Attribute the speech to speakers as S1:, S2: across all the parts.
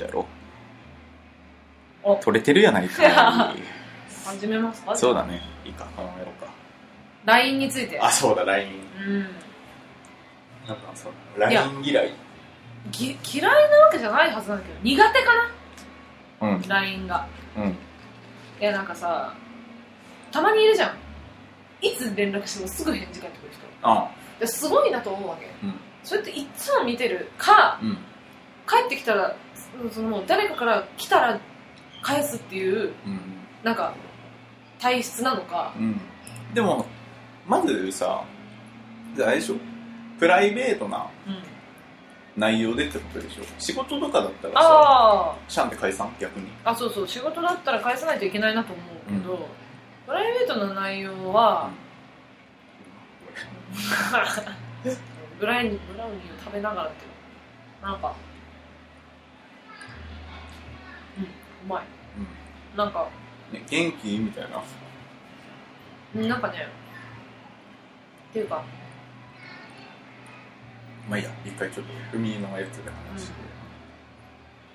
S1: やろ
S2: お
S1: 取れてるやない か
S2: 始めますか
S1: そうだねいいか考えろうか
S2: LINE について
S1: あそうだ LINE
S2: うん
S1: なんかそう
S2: いや
S1: LINE 嫌い
S2: ぎ嫌いなわけじゃないはずなんだけど苦手かな
S1: うん
S2: LINE が
S1: うん
S2: いやなんかさたまにいるじゃんいつ連絡してもすぐ返事返ってくる人
S1: あ
S2: ですごいなと思うわけ、
S1: うん
S2: それっていっつも見てるか
S1: うん
S2: 帰ってきたらそその誰かから来たら返すっていう
S1: うん
S2: なんか体質なのか
S1: うんでもまずさじゃああれでしょプライベートな
S2: うん
S1: 内容でってことでしょ仕事とかだったらさ
S2: あ
S1: シャンって解散逆に
S2: ああそうそう仕事だったら返さないといけないなと思うけど、プライベートの内容は、 ブラウニーブラウニーを食べながらってなんかうんうまい
S1: うん
S2: なんか
S1: ね元気みたいな
S2: うんなんかねっていうか
S1: まあいいや一回ちょっと海のやつで話して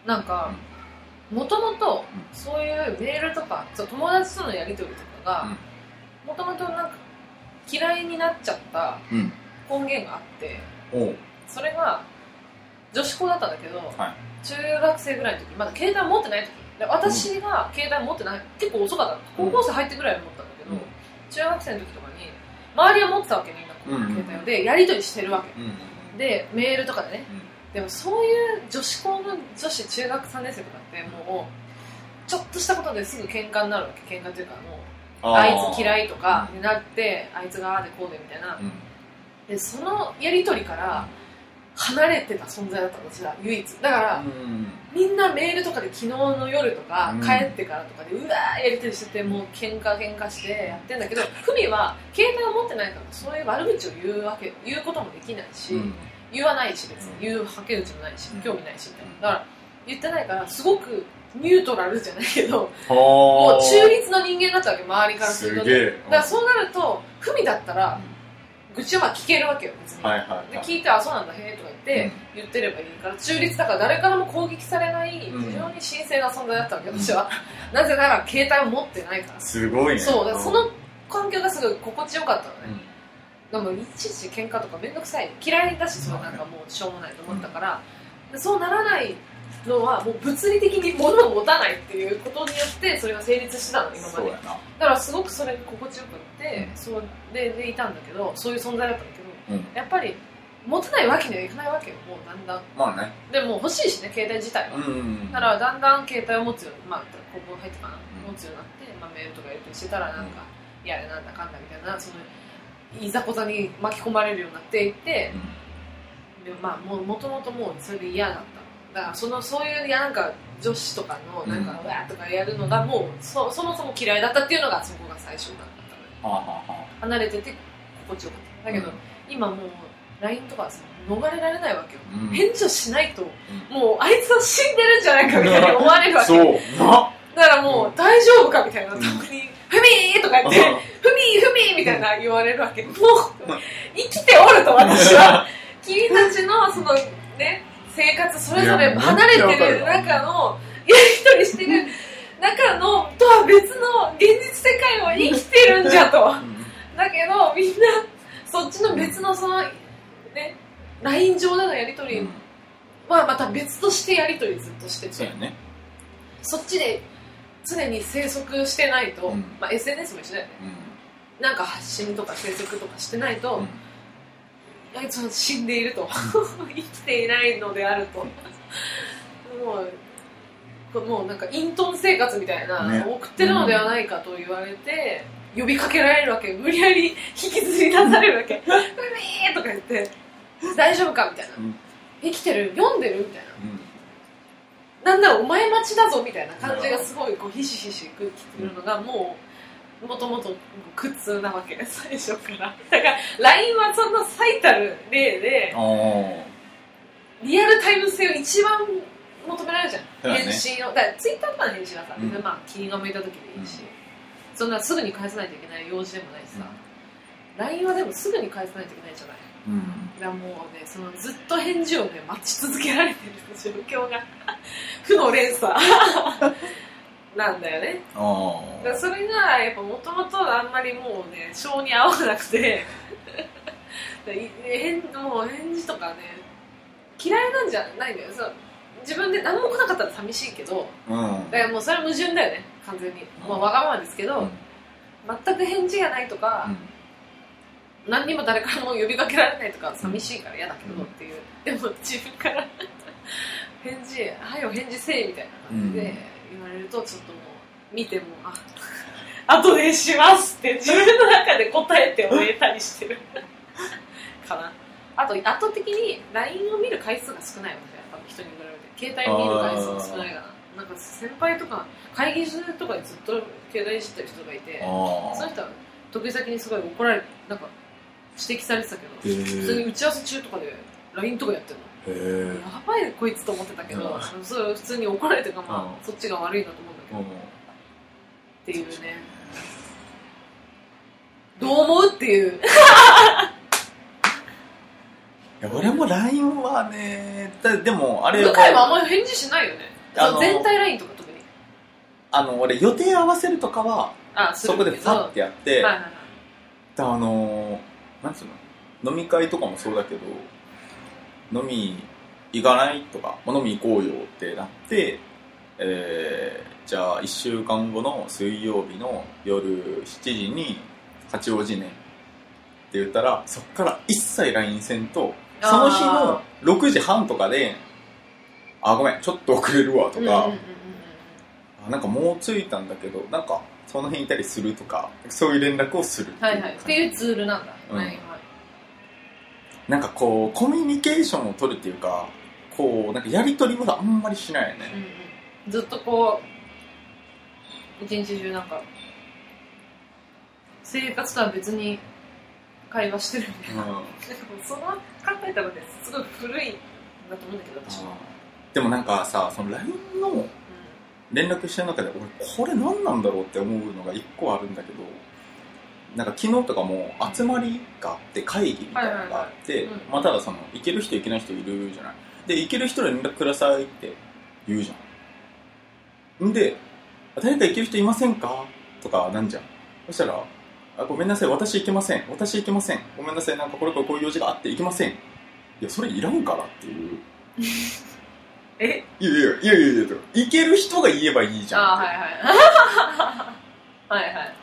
S2: なんかもともとそういうメールとかそう友達とのやり取りとかがもともとなんか嫌いになっちゃった
S1: うん
S2: 根源があって
S1: おう
S2: それが女子校だったんだけど、
S1: は
S2: 中学生ぐらいの時まだ携帯持ってない時で私が携帯持ってない結構遅かった高校生入ってぐらい持ったんだけど、
S1: うん
S2: 中学生の時とかに周りは持ってたわけみんなこう
S1: うんうん
S2: 携帯をでやり取りしてるわ
S1: う
S2: け
S1: んうん
S2: でメールとかでね
S1: うん
S2: でもそういう女子校の女子中学3年生とかってもうちょっとしたことですぐ喧嘩になるわけ喧嘩というかもうあいつ嫌
S1: い
S2: いとかになってあいつがああでこうでみたいな、
S1: うん
S2: でそのやり取りから離れてた存在だったの私ら唯一だから、
S1: うん
S2: みんなメールとかで昨日の夜とか、
S1: うん
S2: 帰ってからとかでうわーやり取りしててもう喧嘩喧嘩してやってんだけどふみは携帯を持ってないからそういう悪口を言うわけ言うこともできないし、
S1: うん
S2: 言わないし別に
S1: うん
S2: 言うはけ口もないし
S1: うん
S2: 興味ないしみたい
S1: う
S2: な
S1: ん
S2: だから言ってないからすごくニュートラルじゃないけども
S1: も
S2: う中立の人間だったわけ周りからす
S1: す
S2: ると、
S1: げ
S2: ね、
S1: え
S2: だからそうなるとふみだったら愚痴はまあ聞けるわけよ別に、
S1: はいはい
S2: で
S1: はい
S2: 聞いて「あそうなんだへえ」とか言って、言ってればいいから中立だから誰からも攻撃されない非
S1: うん
S2: 常に神聖な存在だったわけ
S1: うん
S2: 私は、なぜなら携帯を持ってないから、
S1: すごいね
S2: そうだからその
S1: う
S2: 環境がすごい心地よかったのね、
S1: ん
S2: でもいちいち喧嘩とかめんどくさい嫌いだしそのなんかもうしょうもないと思ったから、でそうならないのはもう物理的に物を持たないっていうことによってそれが成立してたの今ま
S1: そう
S2: で
S1: やな
S2: だからすごくそれが心地よくって、
S1: うん
S2: そうででいたんだけどそういう存在だったんだけ
S1: う
S2: ど
S1: ん
S2: やっぱり持てないわけにはいかないわけよもうだんだん
S1: まあね
S2: でも欲しいしね携帯自体は、
S1: うん
S2: だからだんだん携帯を持つようにまあ高校入ってかな、持つようになって、まあ、メールとかやり取りしてたらなんか、いやなんだかんだみたいなそのいざこざに巻き込まれるようになっていって
S1: うん
S2: でもまあもうもともともうそれで嫌だっただからそのそういういやなんか女子とかのなんか、
S1: う
S2: うわーとかやるのがもうそそもそも嫌いだったっていうのがそこが最初だったのよ
S1: はあはあはあ
S2: 離れてて心地よかっただけど、
S1: うん
S2: 今もう LINE とかさ逃れられないわけよ、
S1: うん
S2: 返事をしないともうあいつは死んでるんじゃないかみたいに思われるわけ
S1: そうな
S2: だからもう大丈夫かみたいな
S1: う
S2: た
S1: ん
S2: まに「ふみー!」とか言って「ふみーふみー!」みたいな言われるわけもう生きておると私は君たちのそのね生活それぞ
S1: い
S2: れ
S1: や
S2: 離れてる
S1: めっちゃ
S2: 中のやり取りしてる中のとは別の現実世界を生きてるんじゃと。
S1: うん
S2: だけどみんなそっちの別のそのね LINE 上でのやり取りはまた別としてやり取りずっとして
S1: そう
S2: て
S1: やね
S2: そっちで常に生息してないと、
S1: うん
S2: まあ、SNS も一緒だよね
S1: うん
S2: なんか発信とか生息とかしてないと、
S1: うん
S2: あいつは死んでいると生きていないのであるともうこもうなんか隠遁生活みたいな、
S1: ね
S2: 送ってるのではないかと言われて、呼びかけられるわけ無理やり引きずり出されるわけ「うみー!」とか言って「大丈夫か?」みたいな
S1: うん
S2: 「生きてる読んでる?」みたいななんならお前待ちだぞみたいな感じがすごいこうひしひしくきてるのがもうもともと苦痛なわけ最初からだから LINE はその最たる例で
S1: うんお
S2: リアルタイム性を一番求められるじゃん、
S1: そうだね
S2: 返信をだからツイッターとかの返信はさ、
S1: うん
S2: まあ気が向いた時でいいし、そんなすぐに返さないといけない用事でもないしさ、 LINE はでもすぐに返さないといけないじゃない
S1: うん
S2: いやもうねそのずっと返事をね待ち続けられてる状況が 負の連鎖 なんだよね
S1: ああ
S2: だからそれがやっぱもともとあんまりもうね性に合わなくてだい返もう返事とかね嫌いなんじゃないんだよそう自分で何も来なかったら寂しいけど
S1: うん
S2: だからもうそれは矛盾だよね完全に、
S1: うん
S2: まあ、わがままですけど、
S1: うん
S2: 全く返事がないとか、
S1: うん
S2: 何にも誰からも呼びかけられないとか寂しいから嫌だけどっていう、でも自分から返事「はいお返事せえ」みたいな感じで言われるとちょっともう見ても「あ 後でします」って自分の中で答えて終えたりしてる かなあと圧倒的に LINE を見る回数が少ないわけやっぱ人に比べて携帯を見る回数が少ないからなんか先輩とか会議中とかにずっと携帯いじってる人がいて
S1: あ
S2: そ
S1: あ
S2: の人は得意先にすごい怒られなんか指摘されてたけど、
S1: へー
S2: 普通に打ち合わせ中とかで LINE とかやってるの、
S1: へえ
S2: やばいこいつと思ってたけど、それ普通に怒られてるから、まあ
S1: うん
S2: そっちが悪いなと思うんだけ
S1: う
S2: ど、
S1: ん
S2: っていうねどう思うっていう
S1: いや俺も LINE はねだでもあ
S2: 向
S1: れ
S2: 井はあんまり返事しないよね
S1: あの
S2: 全体 LINE とか特に
S1: あの俺予定合わせるとかは
S2: あす
S1: そ
S2: る
S1: こ
S2: け
S1: で
S2: ど
S1: ファッてやって、
S2: はいはいはい
S1: だあのー、なんつうの飲み会とかもそうだけど飲み行かないとかまあ飲み行こうよってなって、えー、じゃあ1週間後の水曜日の夜7時に八王子ねって言ったらそっから一切 LINE せんとその日の
S2: あ
S1: 6時半とかで「あごめんちょっと遅れるわ」とか、
S2: うんうんうんうん
S1: あなんかもう着いたんだけどなんかその辺いたりするとかそういう連絡をするっていう
S2: はいはいっていうツールなんだ、
S1: うん
S2: はいはい
S1: なんかこうコミュニケーションを取るっていうかこうなんかやり取りもあんまりしないよ
S2: う
S1: ね
S2: んうん、ずっとこう一日中なんか生活とは別に会話してるみたいな、
S1: うん
S2: その考えたらねすごい古いんだと思うんだけど私も、
S1: でもなんかさその LINE の連絡してる中で俺これ何なんだろうって思うのが一個あるんだけどなんか昨日とかも集まりがあって会議みたいなのがあって、
S2: いはいうん
S1: まあただその行ける人行けない人いるじゃないで行ける人連絡くださいって言うじゃんんで誰か行ける人いませんかとかなんじゃんそしたらあごめんなさい私行けません私行けませんごめんなさいなんかこれこれこういう用事があって行けませんいやそれいらんからっていう
S2: うん、え
S1: いやいやいやいやいや行ける人が言えばいいじゃんって
S2: ああはい はいはいはいはい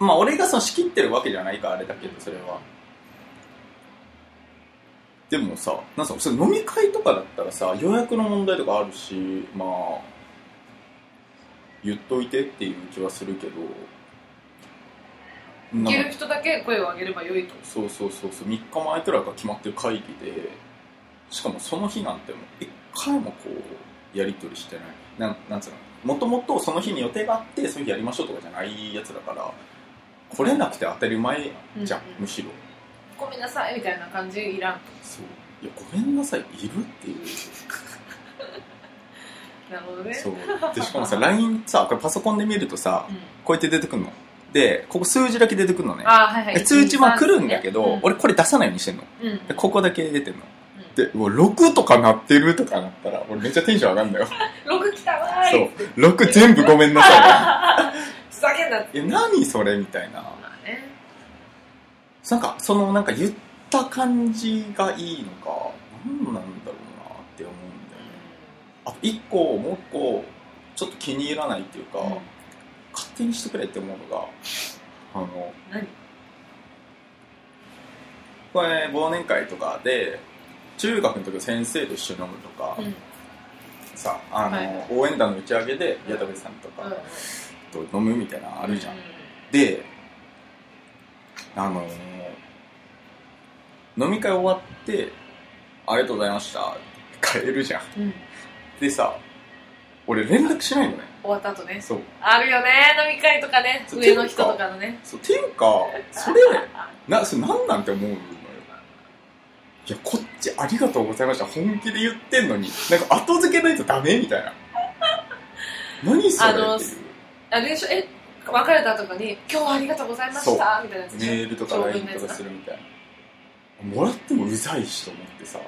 S1: まあ俺がその仕切ってるわけじゃないからあれだけどそれはでもさなんかそれ飲み会とかだったらさ予約の問題とかあるしまあ言っといてっていう気はするけど
S2: 行
S1: な
S2: け
S1: ん
S2: る
S1: か
S2: 人だけ声を上げればよいと
S1: そうそうそうそう3日前くらいから決まってる会議でしかもその日なんてもう一回もこうやり取りしてないなんなんつうのもともとその日に予定があってその日やりましょうとかじゃないやつだから来れなくて当たり前じゃん、
S2: うんうん
S1: むしろ
S2: ごめんなさいみたいな感じいらんと
S1: そういやごめんなさいいるっていう
S2: なるほどね
S1: そうでしかもさ LINE さこれパソコンで見るとさ
S2: うん
S1: こうやって出てくるのでここ数字だけ出てくるのね
S2: ああはいはい
S1: で通知も来るんだけど、
S2: うん
S1: 俺これ出さないようにしてんの
S2: うん
S1: でここだけ出てんの
S2: うん
S1: で、うわ6とかなってるとかなったら、俺めっちゃテンション上がるんだよ。
S2: 6来たわーい
S1: そう。6全部ごめんなさ
S2: ふざけんなって
S1: い。え、何それみたいな。
S2: まあね
S1: なんか、そのなんか言った感じがいいのか、何なんだろうなって思うんだよね。あと1個、もう1個、ちょっと気に入らないっていうか、
S2: うん
S1: 勝手にしてくれって思うのが、あの、
S2: 何
S1: これ忘年会とかで、中学の時の先生と一緒に飲むとか、
S2: うん
S1: さ、あの、
S2: はいはい
S1: 応援団の打ち上げで、矢田部さんとか、と飲むみたいなのあるじゃん、であのー飲み会終わって「ありがとうございました」帰るじゃん
S2: うん、うん、
S1: でさ俺連絡しないのね
S2: 終わった後ね
S1: そう
S2: あるよね飲み会とかね
S1: そう
S2: 上の人とかのね
S1: そうていうかそれなそれ何なんて思うのよいやこっちありがとうございました本気で言ってんのになんか後付けないとダメみたいな何それ
S2: あの
S1: っていう
S2: あれでしょえ別れた後に「今日はありがとうございました」みたいなやつでし
S1: メ
S2: ょ
S1: ールとか
S2: 長文
S1: LINE
S2: のやつ
S1: と
S2: な
S1: かするみたいなもらってもうざいしと思ってさ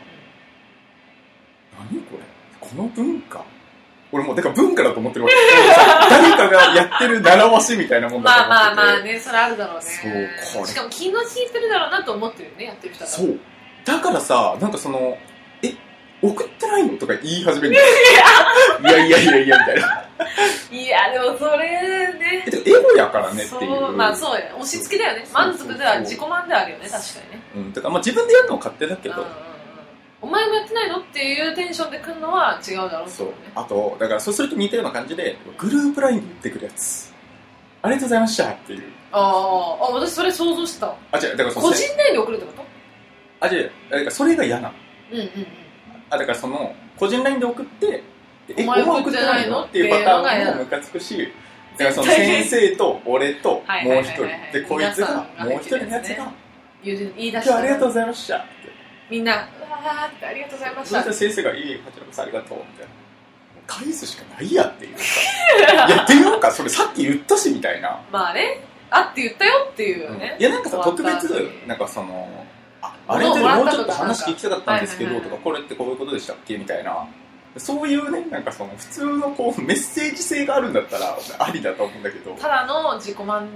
S1: 何これこの文化俺もうだから文化だと思ってるわけ 誰かがやってる習わしみたいなもんだと思っ
S2: まあ
S1: てて
S2: まあまあねそれあるだろうね
S1: そうこれ
S2: しかも気の利いてるだろうなと思ってるよねやってる人は
S1: そうだからさなんかその「え送ってないの?」とか言い始める のいやいやいやいやみたいない
S2: やでもそれね
S1: えてかエゴやからねっていう
S2: そうまあそうや押し付けだよね
S1: そう
S2: 満足で
S1: そう
S2: は
S1: そう
S2: 自己満ではあるよね確かにね
S1: うん、だからまあ自分でやるのは勝手だけ
S2: うんうん
S1: ど
S2: うんお前もやってないのっていうテンションで来るのは違うだろうと
S1: そう
S2: 思ね
S1: あとだからそうすると似たような感じでグループ LINE で言ってくるやつありがとうございましたっていう
S2: あああ私それ想像してた
S1: あ違うだからその
S2: 個人内に送るってこと
S1: あ違うだからそれが嫌なの
S2: うんうんうん
S1: あだからその個人 LINE で送ってで
S2: お前
S1: お前
S2: 送ってないの
S1: っていうパタ
S2: ってい
S1: ー
S2: うのが嫌な
S1: ン
S2: の
S1: もムカつくしだからその
S2: 絶対
S1: 先生と俺とも
S2: はいうはい
S1: 一
S2: はい
S1: 人
S2: はい
S1: でこいつが
S2: 皆さんが
S1: もう一人のやつ
S2: できるやつね
S1: が
S2: 言う言
S1: 「
S2: い出
S1: 今
S2: し
S1: 日
S2: た
S1: ありがとうございました」って
S2: みんな「うわーってありがとうございまし
S1: そ
S2: た」
S1: したら先生が「いいこちらこそありがとう」みたいな返すしかないやっていうさいやってようかそれさっき言ったしみたいな
S2: まあねあって言ったよっていうよね、
S1: いやなんかさ
S2: 終
S1: 特
S2: わった
S1: 別
S2: 後に
S1: なんかそのああれ
S2: 物
S1: っ
S2: を
S1: て
S2: もら
S1: も
S2: っ
S1: う
S2: た
S1: ち
S2: と
S1: ょ
S2: か
S1: っと話聞きたかったんですけ
S2: は
S1: ど
S2: いはい
S1: と
S2: は
S1: かこれってこういうことでしたっけみたいなそういうねなんかその普通のこうメッセージ性があるんだったらありだと思うんだけど
S2: ただの自己満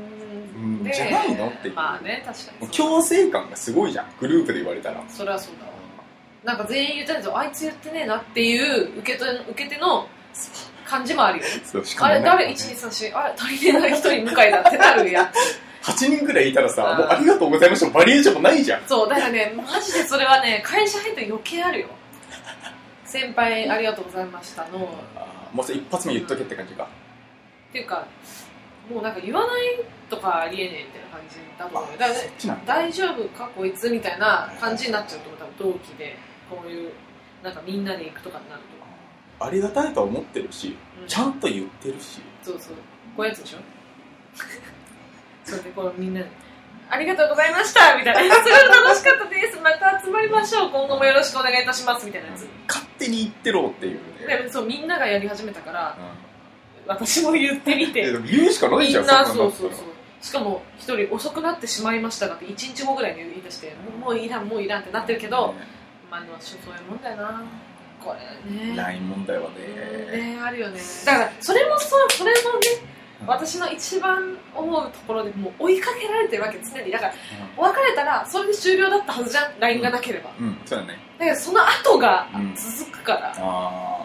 S1: うん
S2: で、
S1: じゃないのっていう
S2: まあね確か
S1: も
S2: に
S1: う強制感がすごいじゃんグループで言われたら
S2: それはそうだわなんか全員言ったんですよあいつ言ってねえなっていう受けと受け手の感じもある よね
S1: そうしか
S2: あ
S1: も
S2: れ
S1: なんか
S2: 誰
S1: ね
S2: 123あれ足りてない人に向かいだってなるや ん
S1: 8人ぐらいいたらさ
S2: あー
S1: もうありがとうございましたバリエーションもないじゃん
S2: そうだからねマジでそれはね会社入って余計あるよ先輩ありがとうございましたの
S1: あーもうさ一発目言っとけって感じか
S2: っていうかもうなんか言わないとかありえねえみたいな感じだと思うよだ
S1: あ
S2: から
S1: そっちなんだ
S2: 大丈夫かこいつみたいな感じになっちゃうと思う多分同期でこういうなんかみんなで行くとかになると
S1: ありがたいとは思ってるし
S2: うん
S1: ちゃんと言ってるし
S2: そうそうこういうやつでしょ それでこうみんなで「ありがとうございました」みたいな「すごい楽しかったですまた集まりましょう今後もよろしくお願いいたします」みたいなやつ
S1: 勝手に言ってろっていうね
S2: でそうみんながやり始めたから
S1: うん
S2: 私も言ってみ
S1: いや
S2: て
S1: でも言うしかない
S2: み
S1: じゃん
S2: んなそ
S1: そ
S2: うそ
S1: ん
S2: うそう
S1: なの
S2: しかも一人遅くなってしまいましたがって1日後ぐらいに言い出してもうもういらんもういらんってなってるけど、まあでもそういうもんだよなこれね
S1: ライン問題はね、
S2: ねあるよねだからそれもそうそれもね私の一番思うところでもう追いかけられてるわけ常にだから別れたらそれで終了だったはずじゃん LINE がなければ
S1: うん、そうだね
S2: だけどその後が
S1: うん
S2: 続くから、
S1: あ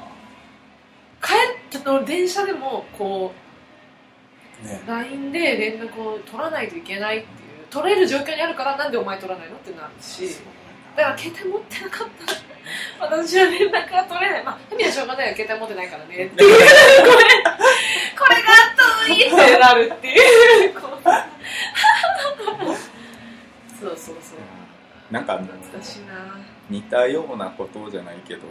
S2: 帰ったの電車でもこ
S1: あね
S2: う LINE で連絡を取らないといけないっていう取れる状況にあるからなんでお前取らないのってなるしだから携帯持ってなかったら私は連絡が取れないまあ意味はしょうがないよ携帯持ってないからねっていうこれ これがあったのにってなるっていうこう そうそうそう
S1: なんかあの
S2: 懐かしいな
S1: 似たようなことじゃないけど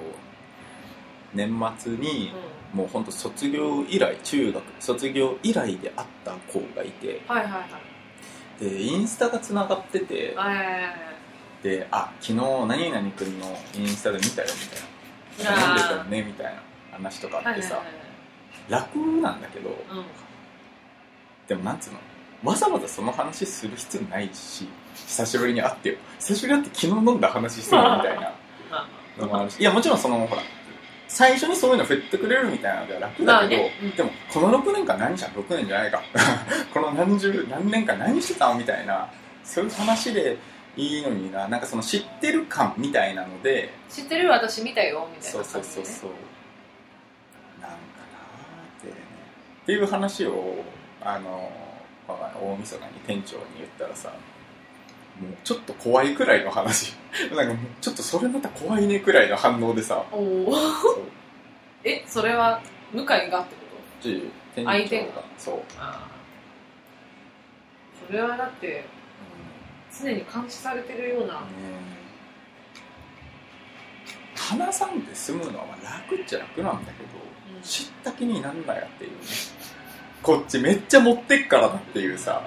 S1: 年末に
S2: う
S1: もうほんと卒業以来中学卒業以来で会った子がいて
S2: んはいはいはい
S1: でインスタがつながってて
S2: あいやいやい
S1: であ昨日何々君のインスタで見たよみたいな飲ん
S2: あー
S1: でたよねみたいな話とか
S2: や
S1: あ
S2: は
S1: って
S2: いはい
S1: さ
S2: はい
S1: 楽なんだけど
S2: うん
S1: でもなんつうのわざわざその話する必要ないし久しぶりに会ってよ久しぶりに会って昨日飲んだ話するみたいな
S2: まあ
S1: のもあ るしいやもちろんそのほら最初にそういうの振ってくれるみたいなのでは楽だけど、
S2: まあねうん
S1: でもこの6年間何したの6年じゃないか この何十何年間何してたのみたいなそういう話でいいのにななんかその知ってる感みたいなので
S2: 知ってる私見たよみたい
S1: そ
S2: な
S1: うそ
S2: 感
S1: う
S2: じね
S1: そうそうなんかなーってねっていう話をあのこの前大晦日に店長に言ったらさもうちょっと怖いくらいの話 なんかもうちょっとそれまた怖いねくらいの反応でさ
S2: おお
S1: そう
S2: えそれは向井がってこと
S1: ち店
S2: 相手
S1: 長
S2: が
S1: がそう、うん
S2: ああそれはだって常に監視されてるような
S1: 話さんで済むのはまあ楽っちゃ楽なんだけど、
S2: うん
S1: 知った気になんなやっていうねこっちめっちゃ持ってっからだっていうさ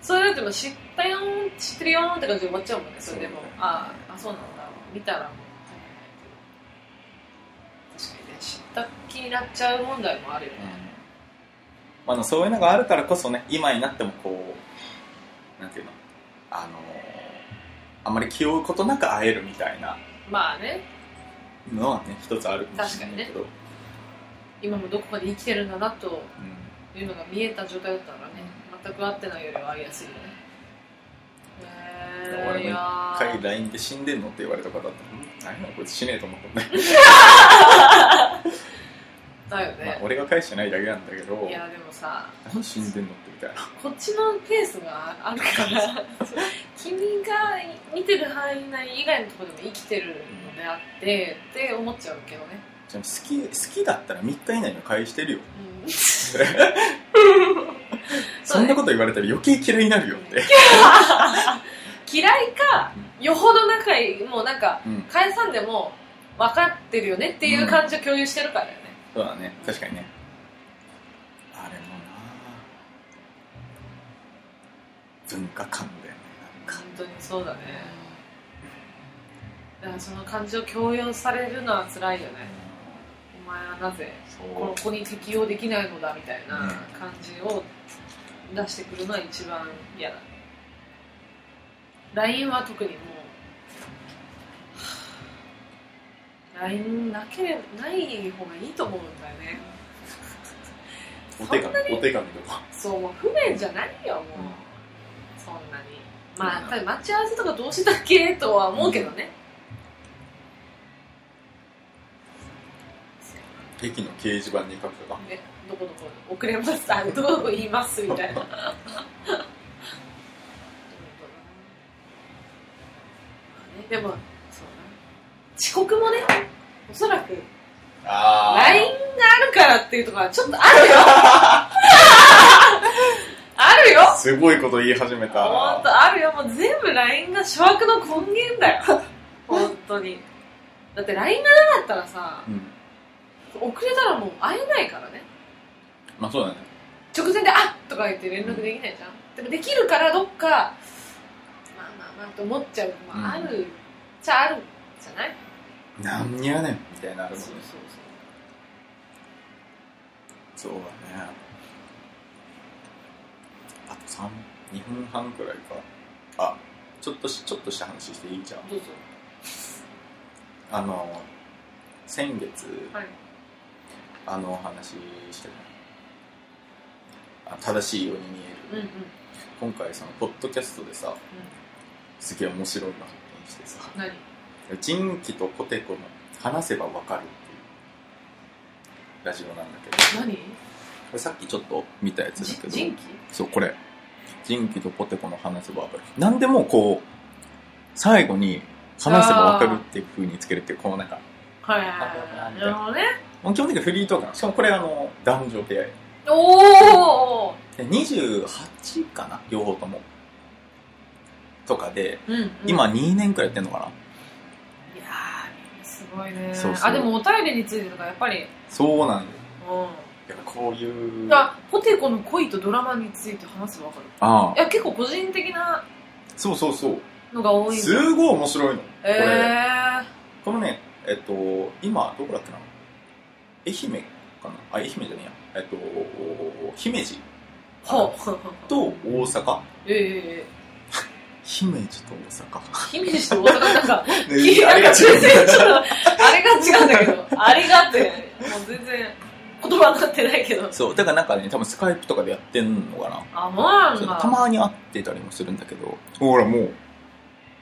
S2: それだってもう知ったよん知ってるよんって感じで終わっちゃうもんねそれでも
S1: そう
S2: あああそうなんだ見たらもう確かにね知った気になっちゃう問題もあるよね、
S1: うまああの、そういうのがあるからこそね今になってもこうなんていうのあのあんまり気負うことなく会えるみたいな
S2: まあね
S1: のはね一つあるかもしれないけど、
S2: 今もどこかで生きてるんだなと
S1: うん
S2: いうのが見えた状態だったからね全く合ってないよりは会いやすいよね
S1: いや俺
S2: え
S1: も
S2: ー、いや
S1: 一
S2: ー
S1: 回 LINE で死んでんのって言われた方だったら「何なのこいつ死ねえと思ったね
S2: だよ
S1: まあ
S2: ね、
S1: 俺が返してないだけなんだけど
S2: いやでもさ
S1: 何死んでんのってみたいな
S2: こっちのペースがあるから君が見てる範囲内以外のところでも生きてるのであってって思っちゃうけどね、
S1: ちなみに好き好きだったら3日以内の返してるよ
S2: うん、
S1: そんなこと言われたら余計嫌いになるよ って、
S2: 嫌いかよほど仲いいもうなんか
S1: うん、
S2: 返さんでも分かってるよねっていう感じを共有してるからよね、
S1: そうだね確かにねあれもな文化感だよねなん
S2: 本
S1: か
S2: 当にそうだねだからその感じを強要されるのは辛いよねお前はなぜこの
S1: そ
S2: 子に適用できないのだみたいな
S1: うん
S2: 感じを出してくるのは一番嫌だ LINE は特にもうはぁ LINE なければない方がいいと思うんだよね
S1: うお手紙お手紙とか
S2: そうもう不便じゃないよもう、そんなにまあやっぱり待ち合わせとかどうしたっけとは思うけどね、
S1: 駅の掲示板に書くとか
S2: ねどこどこ遅れました あどこどこ言いますみたいな 本当だなねでもそうだな遅刻もねおそらく LINE
S1: あー
S2: があるからっていうところはちょっとある よあるよ
S1: すごいこと言い始めた
S2: 本当あるよもう全部 LINE が諸悪の根源だよ 本当にだって LINE がなかったらさ
S1: うん
S2: 遅れたらもう会えないからね
S1: まあそうだね
S2: 直前で「あっ!」とか言って連絡できないじゃんでもできるからどっかまあまあまあと思っちゃうまああ
S1: うん
S2: る、じゃああるじゃない
S1: なんやねんみたいになるもんね
S2: そうそうそう
S1: そうだねあと三二分半くらいかあちょっとしちょっとした話していいじゃん
S2: どうぞ
S1: あの先月
S2: はい
S1: あのお話ししてたあ正しいように見
S2: う
S1: える、
S2: んうん
S1: 今回そのポッドキャストでさ、すげえ面白いな発見してさ
S2: 何
S1: 人気とポテコの話せばわかるっていうラジオなんだけど
S2: 何
S1: これさっきちょっと見たやつ
S2: じ
S1: だけ
S2: 人
S1: ど
S2: 気
S1: そうこれ人気とポテコの話せばわかるなんでもこう最後に話せばわかるっていう風につけるっていうこうなんか
S2: はいはい
S1: あそう
S2: は
S1: ないんだ
S2: なるほどね
S1: もう基本的にフリートークなのしかもこれあの男女部屋で
S2: おお
S1: 28かな両方ともとかで
S2: うん、うん、
S1: 今2年くらいやってんのかな、
S2: いやーすごいね
S1: そうそう
S2: あでもお便りについてとかやっぱり
S1: そうなんだよ
S2: う
S1: やっぱこうい
S2: ん
S1: うあ
S2: だポテコの恋とドラマについて話せばわかる
S1: あ
S2: いや結構個人的な
S1: そうそうそう
S2: のが多いんだ
S1: すごい面白いの
S2: えー、
S1: このねえっと今どこだっけな愛媛かなあ愛媛じゃねえやえっと姫路
S2: ほう。
S1: と大阪
S2: ええ
S1: 姫路と 大
S2: 姫路と大阪なんか、
S1: 阪
S2: き
S1: ね
S2: なんか全然ちょっ
S1: う
S2: と、あれが違うんだけど、あれがって、もう全然言葉になってないけど。
S1: そうだからなんかね多分スカイプとかでやってんのかな
S2: あ、まあ
S1: そう
S2: まあ。
S1: たまに会ってたりもするんだけどほらもう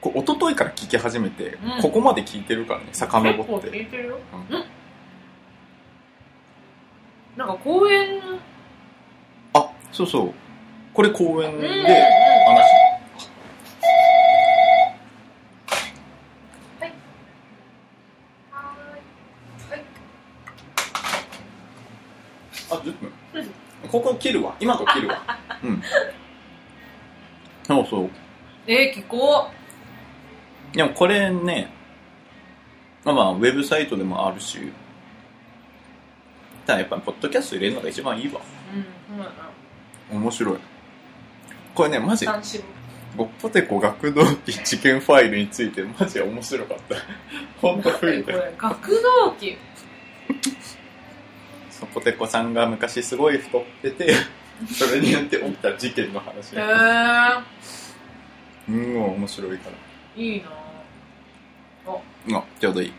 S1: こう一昨日から聞き始めて、
S2: うん
S1: ここまで聞いてるからね遡っ
S2: 結構
S1: て
S2: 聞いてるよ。
S1: うん
S2: んなんか公園、
S1: あそうそうこれ公演
S2: うん
S1: で
S2: うんうん
S1: 話あ10分
S2: うん
S1: ここ切るわ今と切る わうんそうそう
S2: えー、聞こ
S1: でもこれね、まあまあ、ウェブサイトでもあるし、ただやっぱりポッドキャスト入れるのが一番いいわ。
S2: う。うん、そうだな。
S1: 面白い。これね、マジ、
S2: 三四郎。
S1: 僕ポテコ学童期事件ファイルについてマジ面白 かった。ほんと
S2: 何
S1: 吹いて。
S2: これ、学童期。
S1: そこてこさんが昔すごい太っててそれによって起きた事件の話
S2: へー
S1: うん面白いから
S2: いいなぁ
S1: あちょうどいい